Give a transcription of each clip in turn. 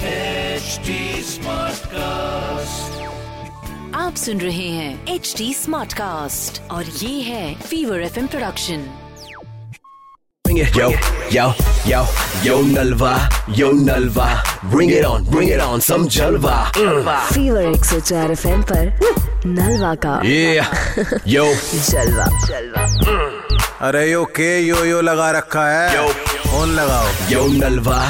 HD Smartcast. आप सुन रहे हैं एच डी स्मार्ट कास्ट और ये है Fever F production Bring it. Yo, yo, yo, yo Nalva, yo Nalva. Bring it on, bring it on, some Jalva. Mm. Fever एक सौ चार एफ एम नलवा का Yeah, yo, जलवा अरे यो के यो यो लगा रखा है Yo. फोन लगाओ yo Nalva.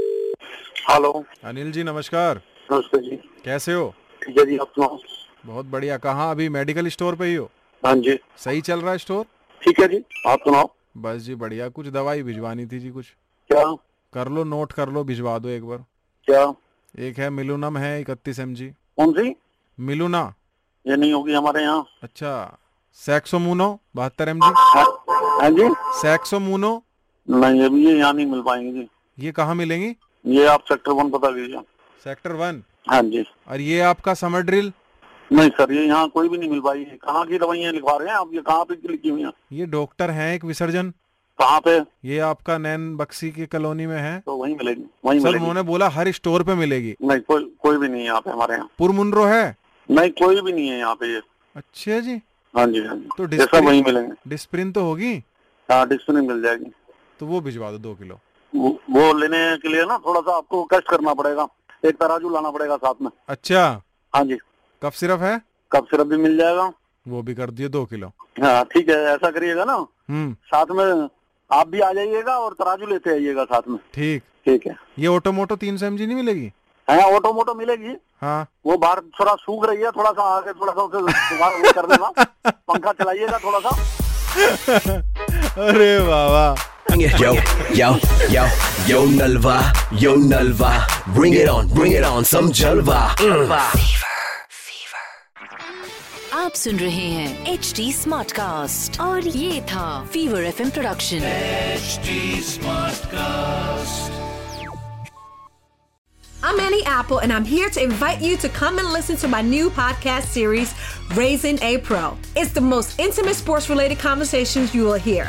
Hello Anil ji नमस्कार नमस्ते जी कैसे हो ठीक है जी आप सुनाओ बहुत बढ़िया कहाँ अभी मेडिकल स्टोर पे ही हो हाँ जी सही चल रहा है स्टोर ठीक है जी आप सुनाओ बस जी बढ़िया कुछ दवाई भिजवानी थी जी कुछ क्या कर लो नोट कर लो भिजवा दो एक बार क्या एक है मिलुनम है इकतीस एम जी कौन सी मिलुना ये नहीं होगी हमारे यहाँ अच्छा सैक्सोमूनो बहत्तर एम जी हाँ हाँ जी सैक्सोमूनो नहीं अभी ये यहाँ नहीं मिल पाएंगे जी ये कहाँ मिलेंगी ये आप सेक्टर वन बता दीजिए सेक्टर वन हाँ जी और ये आपका समर ड्रिल नहीं सर ये यहाँ कोई भी नहीं मिल पाई है कहाँ की दवाइयाँ लिखवा रहे हैं आप ये कहाँ पे लिखी हुई हैं ये डॉक्टर हैं एक विसर्जन कहाँ पे ये आपका नैन बक्सी की कॉलोनी में है तो वहीं मिलेगी वहीं सर मिलेगी उन्होंने बोला हर स्टोर पे मिलेगी नहीं कोई कोई भी नहीं है यहाँ पे हमारे यहाँ पुरमुनरो है नहीं कोई भी नहीं है यहाँ पे ये अच्छा जी हाँ जी हाँ जी तो ये सब डिस्प्ले- वहीं मिलेंगे डिस्प्रिन तो होगी हाँ डिस्प्ले मिल जाएगी तो वो भिजवा दो दो किलो वो वो लेने के लिए ना थोड़ा सा आपको कष्ट करना पड़ेगा एक तराजू लाना पड़ेगा साथ में अच्छा हाँ जी कफ सिरप है कप सिरप भी मिल जाएगा वो भी कर दियो दो किलो हाँ ठीक है ऐसा करिएगा ना हम्म साथ में आप भी आ जाइएगा और तराजू लेते आइएगा साथ में ठीक ठीक है ये ऑटोमोटो तीन सौ एम जी नहीं मिलेगी हाँ ऑटो मोटो मिलेगी हाँ वो बाहर थोड़ा सूख रही है थोड़ा सा आगे थोड़ा सा उसे दोबारा वो कर देना पंखा चलाइएगा थोड़ा सा अरे बाबा Bring it. Yo, yo, yo, yo Nalva, yo Nalva. Bring it on, bring it on, some Jalva. Mm. आप सुन रहे हैं एच डी स्मार्ट कास्ट और ये था fever F production HD Smartcast. I'm Annie Apple, and I'm here to invite you to come and listen to my new podcast series, Raising a Pro. It's the most intimate sports related conversations you will hear.